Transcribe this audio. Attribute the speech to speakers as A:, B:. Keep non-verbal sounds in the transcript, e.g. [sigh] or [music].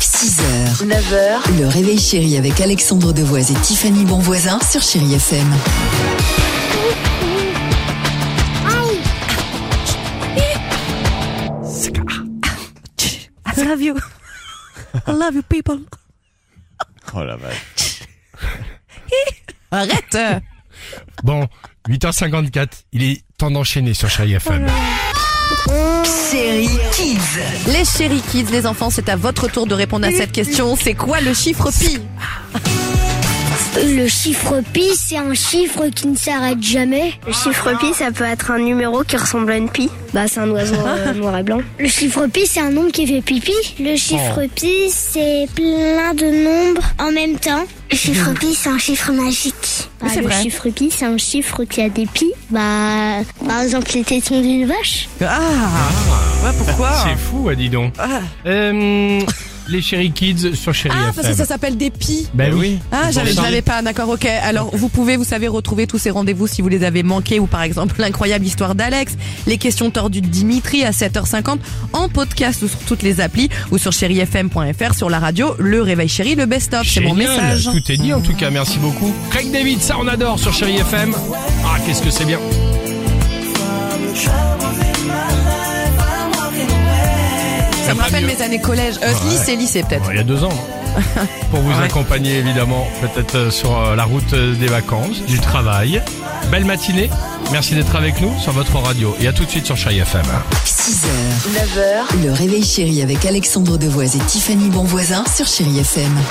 A: 6h, 9h, le réveil chéri avec Alexandre Devoise et Tiffany Bonvoisin sur Chéri FM.
B: I love you. [laughs] I love you people.
C: Oh la vache.
B: Arrête
D: Bon, 8h54, il est temps d'enchaîner sur Chéri
B: Oh
D: FM.
A: Chéri Kids.
B: Les chéri kids, les enfants, c'est à votre tour de répondre à cette question. C'est quoi le chiffre pi
E: Le chiffre pi, c'est un chiffre qui ne s'arrête jamais.
F: Le chiffre pi, ça peut être un numéro qui ressemble à une pi.
E: Bah, c'est un oiseau
F: [laughs]
E: noir et blanc. Le chiffre pi, c'est un nombre qui fait pipi. Le chiffre
B: Oh.
E: pi, c'est plein de nombres en même temps. Le chiffre pi, c'est un chiffre magique.
B: Oui, c'est
E: le
B: vrai.
E: chiffre pi, c'est un chiffre qui a des pi. Bah, par exemple, les tétons d'une vache.
B: Ah Ouais, pourquoi
D: C'est fou, ah, dis donc.
B: Ah.
D: Euh, les Chéri Kids sur Chéri
B: Ah,
D: FM.
B: parce que ça s'appelle des pis.
D: Ben oui.
B: Ah, j'avais, je
D: ça.
B: l'avais pas, d'accord, ok. Alors, vous pouvez, vous savez, retrouver tous ces rendez-vous si vous les avez manqués, ou par exemple [laughs] l'incroyable histoire d'Alex, les questions tordues de Dimitri à 7h50, en podcast ou sur toutes les applis, ou sur chérifm.fr, sur la radio, le réveil chéri, le best-of. C'est mon
D: Génial.
B: message.
D: Tout est dit en tout cas, merci beaucoup. Craig David, ça on adore sur Chéri FM. Ah, qu'est-ce que c'est bien.
B: Ça me rappelle mes années collège. Euh, lycée, lycée peut-être.
D: Il y a deux ans. hein. Pour vous accompagner évidemment, peut-être euh, sur euh, la route euh, des vacances, du travail. Belle matinée. Merci d'être avec nous sur votre radio. Et à tout de suite sur Chéri FM.
A: 6h, 9h, le réveil chéri avec Alexandre Devoise et Tiffany Bonvoisin sur Chéri FM.